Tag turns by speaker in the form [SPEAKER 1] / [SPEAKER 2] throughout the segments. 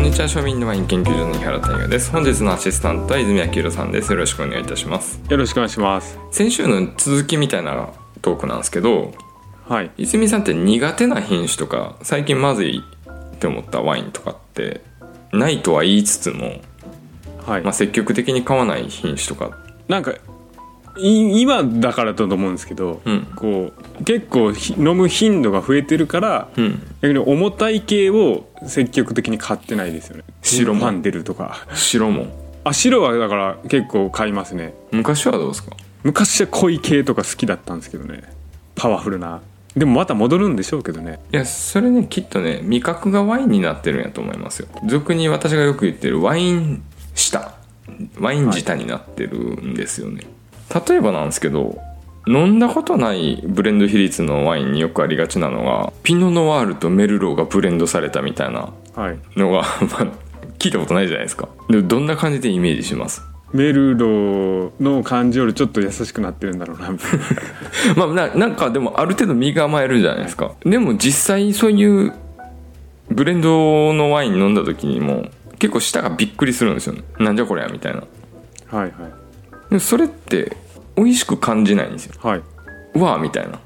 [SPEAKER 1] んにちは庶民のワイン研究所の井原大我です本日のアシスタントは泉明宏さんですよろしくお願いいたします
[SPEAKER 2] よろしくお願いします。
[SPEAKER 1] 先週の続きみたいなトークなんですけど
[SPEAKER 2] はい。
[SPEAKER 1] 泉さんって苦手な品種とか最近まずいって思ったワインとかってないとは言いつつも、
[SPEAKER 2] はい。
[SPEAKER 1] まあ、積極的に買わない品種とか
[SPEAKER 2] なんか、い今だからだと思うんですけど、
[SPEAKER 1] うん
[SPEAKER 2] こう、結構ひ飲む頻度が増えてるから、
[SPEAKER 1] うん
[SPEAKER 2] 逆に重たい系を積極的に買ってないですよね。
[SPEAKER 1] 白も
[SPEAKER 2] パンデルとか。
[SPEAKER 1] 白も
[SPEAKER 2] あ、白はだから結構買いますね。
[SPEAKER 1] 昔はどうですか
[SPEAKER 2] 昔は濃い系とか好きだったんですけどね。パワフルな。でもまた戻るんでしょうけどね。
[SPEAKER 1] いやそれねきっとね味覚がワインになってるんやと思いますよ俗に私がよく言ってるワイン舌ワイン舌になってるんですよね、例えばなんですけど飲んだことないブレンド比率のワインによくありがちなのがピノ・ノワールとメルローがブレンドされたみたいな
[SPEAKER 2] はい。
[SPEAKER 1] のが まあ聞いたことないじゃないですかでどんな感じでイメージします
[SPEAKER 2] メルローの感じよりちょっと優しくなってるんだろうな。
[SPEAKER 1] まあななんかでもある程度身構えるじゃないですかでも実際そういうブレンドのワイン飲んだ時にも結構舌がびっくりするんですよねなんじゃこりゃみたいな
[SPEAKER 2] はいはい。
[SPEAKER 1] でもそれって美味しく感じないんですよ
[SPEAKER 2] はい。
[SPEAKER 1] うわーみたいな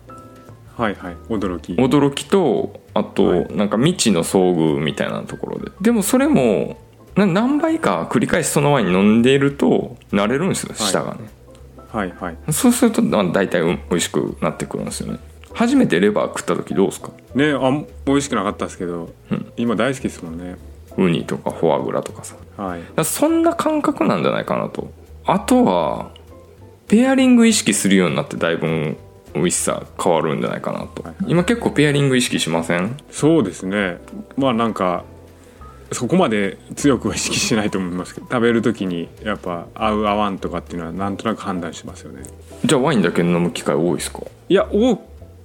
[SPEAKER 2] はいはい。驚き。
[SPEAKER 1] 驚きとあ
[SPEAKER 2] は
[SPEAKER 1] となんか未知の遭遇みたいなところででもそれもな何倍か繰り返しそのワイン飲んでいると慣れるんですよ
[SPEAKER 2] はい
[SPEAKER 1] 舌がね、
[SPEAKER 2] はいはい。
[SPEAKER 1] そうするとまあ大体うん美味しくなってくるんですよね初めてレバー食った時どうですか
[SPEAKER 2] ねあ美味しくなかったですけど、
[SPEAKER 1] うん
[SPEAKER 2] 今大好きですもんね
[SPEAKER 1] ウニとかフォアグラとかさだか
[SPEAKER 2] はい
[SPEAKER 1] らそんな感覚なんじゃないかなとあとはペアリング意識するようになってだいぶ美味しさ変わるんじゃないかなと、
[SPEAKER 2] はい
[SPEAKER 1] 今結構ペアリング意識しません
[SPEAKER 2] そうですねまあなんかそこまで強くは意識しないと思いますけど食べる時にやっぱ合う合わんとかっていうのはなんとなく判断しますよね
[SPEAKER 1] じゃあワインだけ飲む機会多いですか
[SPEAKER 2] いや多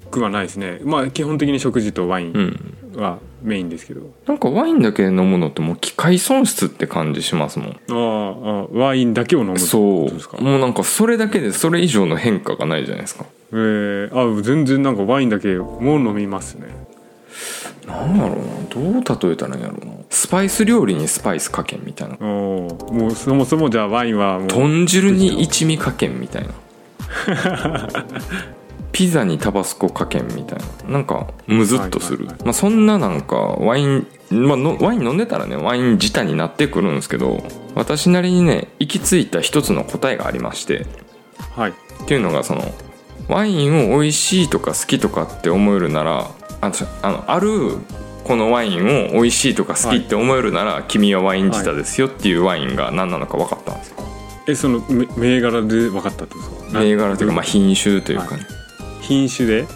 [SPEAKER 2] くはないですねまあ基本的に食事とワイ
[SPEAKER 1] う
[SPEAKER 2] ン
[SPEAKER 1] ん
[SPEAKER 2] はメインですけど、
[SPEAKER 1] なんかワインだけ飲むのってもう機械損失って感じしますもん
[SPEAKER 2] ああああワインだけを飲むって
[SPEAKER 1] そ
[SPEAKER 2] ことですか
[SPEAKER 1] うもうなんかそれだけでそれ以上の変化がないじゃないですか
[SPEAKER 2] えー、あ全然なんかワインだけもう飲みますね
[SPEAKER 1] なんだろうなどう例えたらいいんやろうなスパイス料理にスパイスかけんみたいな
[SPEAKER 2] おーもうそもそもじゃあワインはもう
[SPEAKER 1] 豚汁に一味かけんみたいなピザにタバスコかけんみたいななんかムズっとする、
[SPEAKER 2] はいはいは
[SPEAKER 1] まあ、そんななんかワイン、まあ、のワイン飲んでたらねワイン自体になってくるんですけど私なりにね行き着いた一つの答えがありまして
[SPEAKER 2] はい
[SPEAKER 1] っていうのがそのワインを美味しいとか好きとかって思えるならあちょあのあるこのワインを美味しいとか好きって思えるなら、君はワイン舌ですよっていうワインが何なのか分かったんですよ
[SPEAKER 2] えそのめ銘柄で分かったってことですか
[SPEAKER 1] 銘柄というか、まあ、品種というかね、
[SPEAKER 2] 品種で
[SPEAKER 1] うん、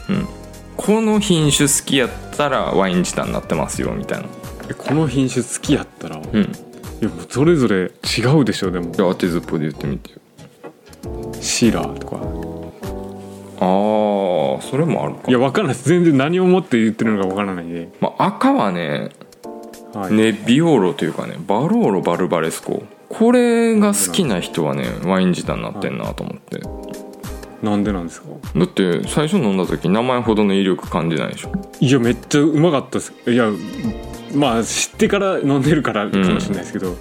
[SPEAKER 1] この品種好きやったらワイン舌になってますよみたいな、
[SPEAKER 2] えこの品種好きやったら、
[SPEAKER 1] う
[SPEAKER 2] い
[SPEAKER 1] ん、
[SPEAKER 2] やもうそれぞれ違うでしょでも
[SPEAKER 1] じゃあ当てずっぽうで言ってみてよ
[SPEAKER 2] シーラーとか
[SPEAKER 1] ああそれもあるか
[SPEAKER 2] いや分からないです全然何をもって言ってるのか分からないんで、
[SPEAKER 1] まあ、赤はね
[SPEAKER 2] はい
[SPEAKER 1] ネビオーロというかねバローロバルバレスコこれが好きな人はねワイン舌になってんなと思って
[SPEAKER 2] なんでなんですか
[SPEAKER 1] だって最初飲んだ時名前ほどの威力感じないでしょ
[SPEAKER 2] いやめっちゃうまかったですいやまあ知ってから飲んでるからかもしれないですけど、うん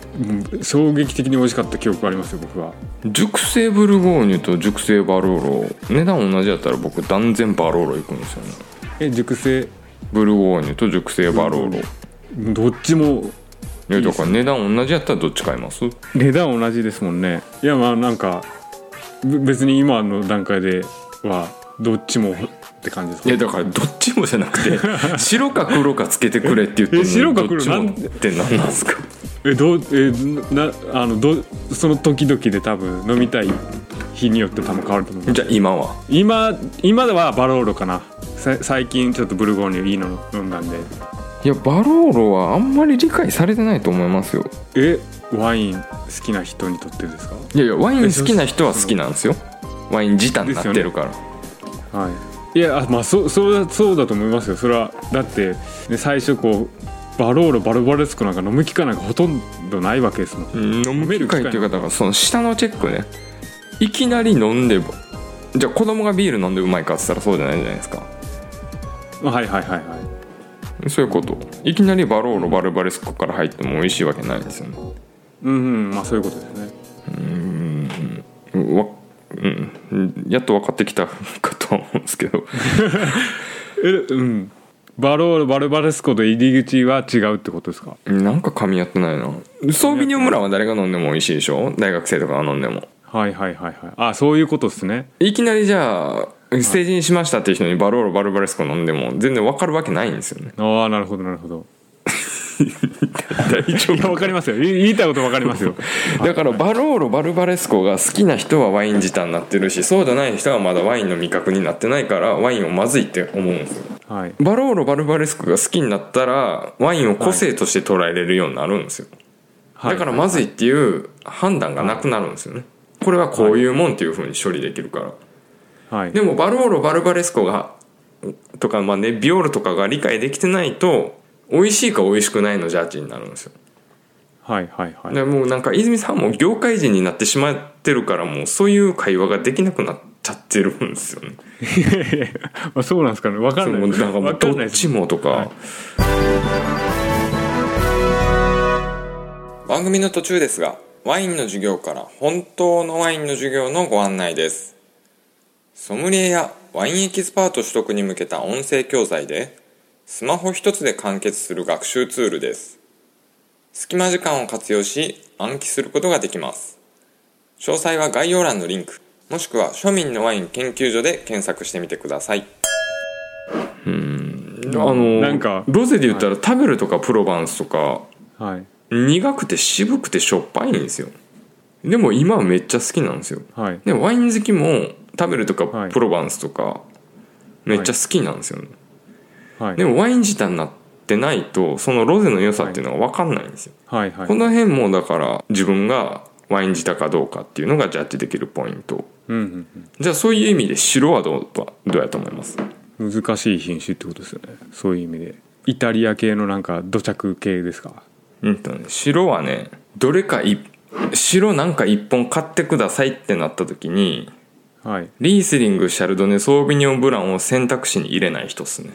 [SPEAKER 2] 衝撃的に美味しかった記憶がありますよ僕は
[SPEAKER 1] 熟成ブルゴーニュと熟成バローロ値段同じやったら僕断然バローロ行くんですよね
[SPEAKER 2] え熟成
[SPEAKER 1] ブルゴーニュと熟成バローロ
[SPEAKER 2] どっちも
[SPEAKER 1] いやだから値段同じやったらどっち買います
[SPEAKER 2] 値段同じですもんねいやまあなんかべ別に今の段階ではどっちもって感じです
[SPEAKER 1] いやだからどっちもじゃなくて 白か黒かつけてくれって言ってんのに
[SPEAKER 2] え白か黒
[SPEAKER 1] どっちもって何なんすか
[SPEAKER 2] えどうえなあのどその時々で多分飲みたい日によって多分変わると思う
[SPEAKER 1] じゃあ今は
[SPEAKER 2] 今今ではバローロかなさ最近ちょっとブルゴーニュいいの飲んだんで
[SPEAKER 1] いやバローロはあんまり理解されてないと思いますよ
[SPEAKER 2] えワイン好きな人にとってですか
[SPEAKER 1] いやいやワイン好きな人は好きなんですよワイン自体になってるから、
[SPEAKER 2] はいいやあまあそうそうだそうだと思いますよそれはだって、ね、最初こうバローロバルバレスコなんか飲む機会なんかほとんどないわけですもん
[SPEAKER 1] うん飲む機会っていうかだからその下のチェックねいきなり飲んでじゃあ子供がビール飲んでうまいかっつったらそうじゃないじゃないですか
[SPEAKER 2] はいはいはいはい
[SPEAKER 1] そういうこといきなりバローロバルバレスコから入っても美味しいわけないんですよね
[SPEAKER 2] うんうんまあそういうことですね
[SPEAKER 1] うわうんやっと分かってきたかとは思うんですけど
[SPEAKER 2] えうんバロールバルバレスコと入り口は違うってことですか
[SPEAKER 1] なんか噛み合ってないなソービニョン村は誰が飲んでも美味しいでしょ大学生とかが飲んでも
[SPEAKER 2] はいはいはいはいあそういうことですね
[SPEAKER 1] いきなりじゃあ成人しましたっていう人にバローロバルバレスコ飲んでも全然分かるわけないんですよね
[SPEAKER 2] ああなるほどなるほど
[SPEAKER 1] 大丈
[SPEAKER 2] いやわかりますよい言いたいことわかり ますよ
[SPEAKER 1] だからバローロバルバレスコが好きな人はワイン自体になってるしそうじゃない人はまだワインの味覚になってないからワインをまずいって思うんですよ
[SPEAKER 2] はい
[SPEAKER 1] バローロバルバレスコが好きになったらワインを個性として捉えれるようになるんですよだからまずいっていう判断がなくなるんですよねこれはこういうもんっていうふうに処理できるから
[SPEAKER 2] はい
[SPEAKER 1] でもバローロバルバレスコがとかまあねビオールとかが理解できてないと美味しいか美味しくないのジャッジになるんですよ
[SPEAKER 2] はいはいはい
[SPEAKER 1] でもうなんか泉さんも業界人になってしまってるからもうそういう会話ができなくなっちゃってるんですよね。
[SPEAKER 2] まあそうなんですかねわか
[SPEAKER 1] そ
[SPEAKER 2] んな
[SPEAKER 1] の
[SPEAKER 2] い
[SPEAKER 1] なんかもう
[SPEAKER 2] わかんな
[SPEAKER 1] ど
[SPEAKER 2] い
[SPEAKER 1] っ
[SPEAKER 2] です
[SPEAKER 1] ちもとか、
[SPEAKER 2] はい
[SPEAKER 1] 番組の途中ですがワインの授業から本当のワインの授業のご案内ですソムリエやワインエキスパート取得に向けた音声教材でスマホ一つで完結する学習ツールです隙間時間を活用し暗記することができます詳細は概要欄のリンクもしくは庶民のワイン研究所で検索してみてくださいうんあの
[SPEAKER 2] なんか
[SPEAKER 1] ロゼで言ったらタベルとかプロバンスとか
[SPEAKER 2] はい
[SPEAKER 1] 苦くて渋くてしょっぱいんですよでも今めっちゃ好きなんですよ
[SPEAKER 2] はい
[SPEAKER 1] でワイン好きもタベルと
[SPEAKER 2] は
[SPEAKER 1] か
[SPEAKER 2] い
[SPEAKER 1] プロバンスとかめっちゃ好きなんですよね、
[SPEAKER 2] はい
[SPEAKER 1] でもワイン自体になってないとそのロゼの良さっていうのが分かんないんですよ、
[SPEAKER 2] はいはい
[SPEAKER 1] この辺もだから自分がワイン自体かどうかっていうのがジャッジできるポイント
[SPEAKER 2] うん
[SPEAKER 1] じゃあそういう意味で白はどうどうやと思います
[SPEAKER 2] うんうん難しい品種ってことですよねそういう意味でイタリア系のなんか土着系ですか
[SPEAKER 1] うんとね白はねどれかい白なんか一本買ってくださいってなった時に
[SPEAKER 2] はい
[SPEAKER 1] リースリングシャルドネソービニョンブランを選択肢に入れない人っすね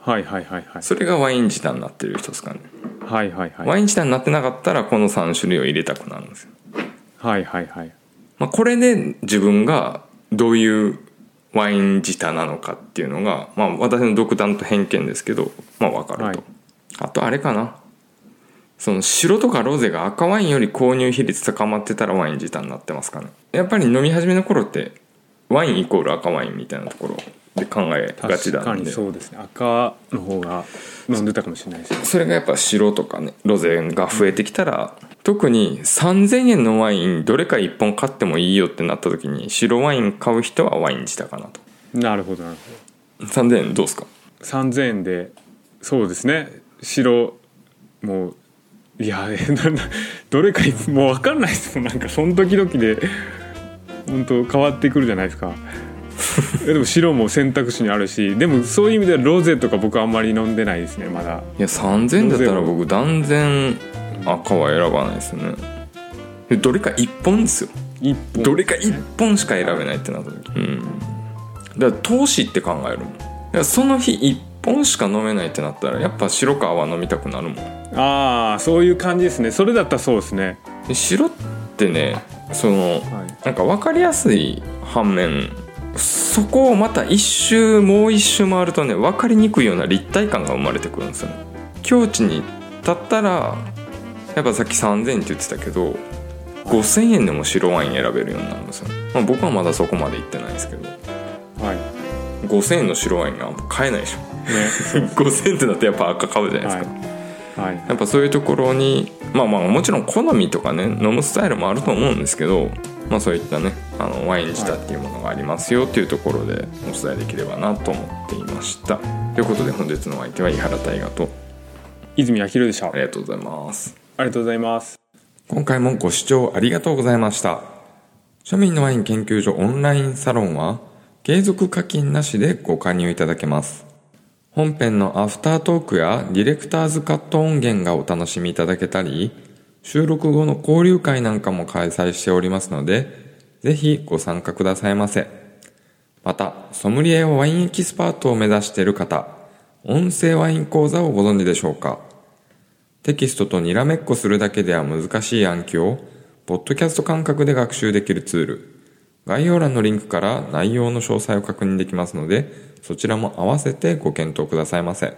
[SPEAKER 2] はいはいはいはい
[SPEAKER 1] それがワイン自体になってる人っすかね、
[SPEAKER 2] はいはいはい
[SPEAKER 1] ワイン自体になってなかったらこの3種類を入れたくなるんですよ、
[SPEAKER 2] はいはいはい
[SPEAKER 1] まあ、これで自分がどういうワイン自体なのかっていうのが、まあ、私の独断と偏見ですけど、まあ、分かると、
[SPEAKER 2] はい
[SPEAKER 1] あとあれかなその白とかロゼが赤ワインより購入比率高まってたらワイン自体になってますかねやっぱり飲み始めの頃ってワインイコール赤ワインみたいなところで考えがち
[SPEAKER 2] 確
[SPEAKER 1] な
[SPEAKER 2] か
[SPEAKER 1] ん
[SPEAKER 2] に
[SPEAKER 1] で
[SPEAKER 2] そうですね赤の方が飲んでたかもしれないですね
[SPEAKER 1] それがやっぱ白とかねロゼが増えてきたら特に3000円のワインどれか1本買ってもいいよってなった時に白ワイン買う人はワイン自体かなと
[SPEAKER 2] なるほどなるほ
[SPEAKER 1] 3000円どうですか
[SPEAKER 2] ど3000円でそうですね白もういや えななどれかいつもう分かんないですもんなんかその時々で本当変わってくるじゃないですか えでも白も選択肢にあるしでもそういう意味ではロゼとか僕あんまり飲んでないですねまだ
[SPEAKER 1] いや3000円だったら僕断然赤は選ばないですねでどれか1本ですよ
[SPEAKER 2] 一本
[SPEAKER 1] どれか1本しか選べないってなった時うんだから投資って考えるもんだからその日1本しか飲めないってなったらやっぱ白川は飲みたくなるもん
[SPEAKER 2] ああそういう感じですねそれだったらそうですね
[SPEAKER 1] で白ってねその
[SPEAKER 2] はい
[SPEAKER 1] なんか分かりやすい反面そこをまた一周もう一周回るとね分かりにくいような立体感が生まれてくるんですよね境地に立ったらやっぱさっき3,000円って言ってたけど5,000円でも白ワイン選べるようになるんですよ、まあ、僕はまだそこまで行ってないですけど
[SPEAKER 2] はい
[SPEAKER 1] 5,000円の白ワインが買えないでしょ
[SPEAKER 2] ね
[SPEAKER 1] 5,000円ってなってやっぱ赤買うじゃないですか、
[SPEAKER 2] はい、はい、
[SPEAKER 1] やっぱそういうところにまあまあもちろん好みとかね飲むスタイルもあると思うんですけど、まあ、そういったねあのワイン自体っていうものがありますよっていうところでお伝えできればなと思っていましたということで本日のお相手は井原大河と
[SPEAKER 2] 泉明宏でしたあ
[SPEAKER 1] ありがとうございます
[SPEAKER 2] りがとうございます
[SPEAKER 1] 今回もご視聴ありがとうございました。庶民のワイン研究所オンラインサロンは、継続課金なしでご加入いただけます。本編のアフタートークやディレクターズカット音源がお楽しみいただけたり、収録後の交流会なんかも開催しておりますので、ぜひご参加くださいませ。また、ソムリエやワインエキスパートを目指している方、音声ワイン講座をご存知でしょうかテキストとにらめっこするだけでは難しい暗記を、ポッドキャスト感覚で学習できるツール。概要欄のリンクから内容の詳細を確認できますので、そちらも合わせてご検討くださいませ。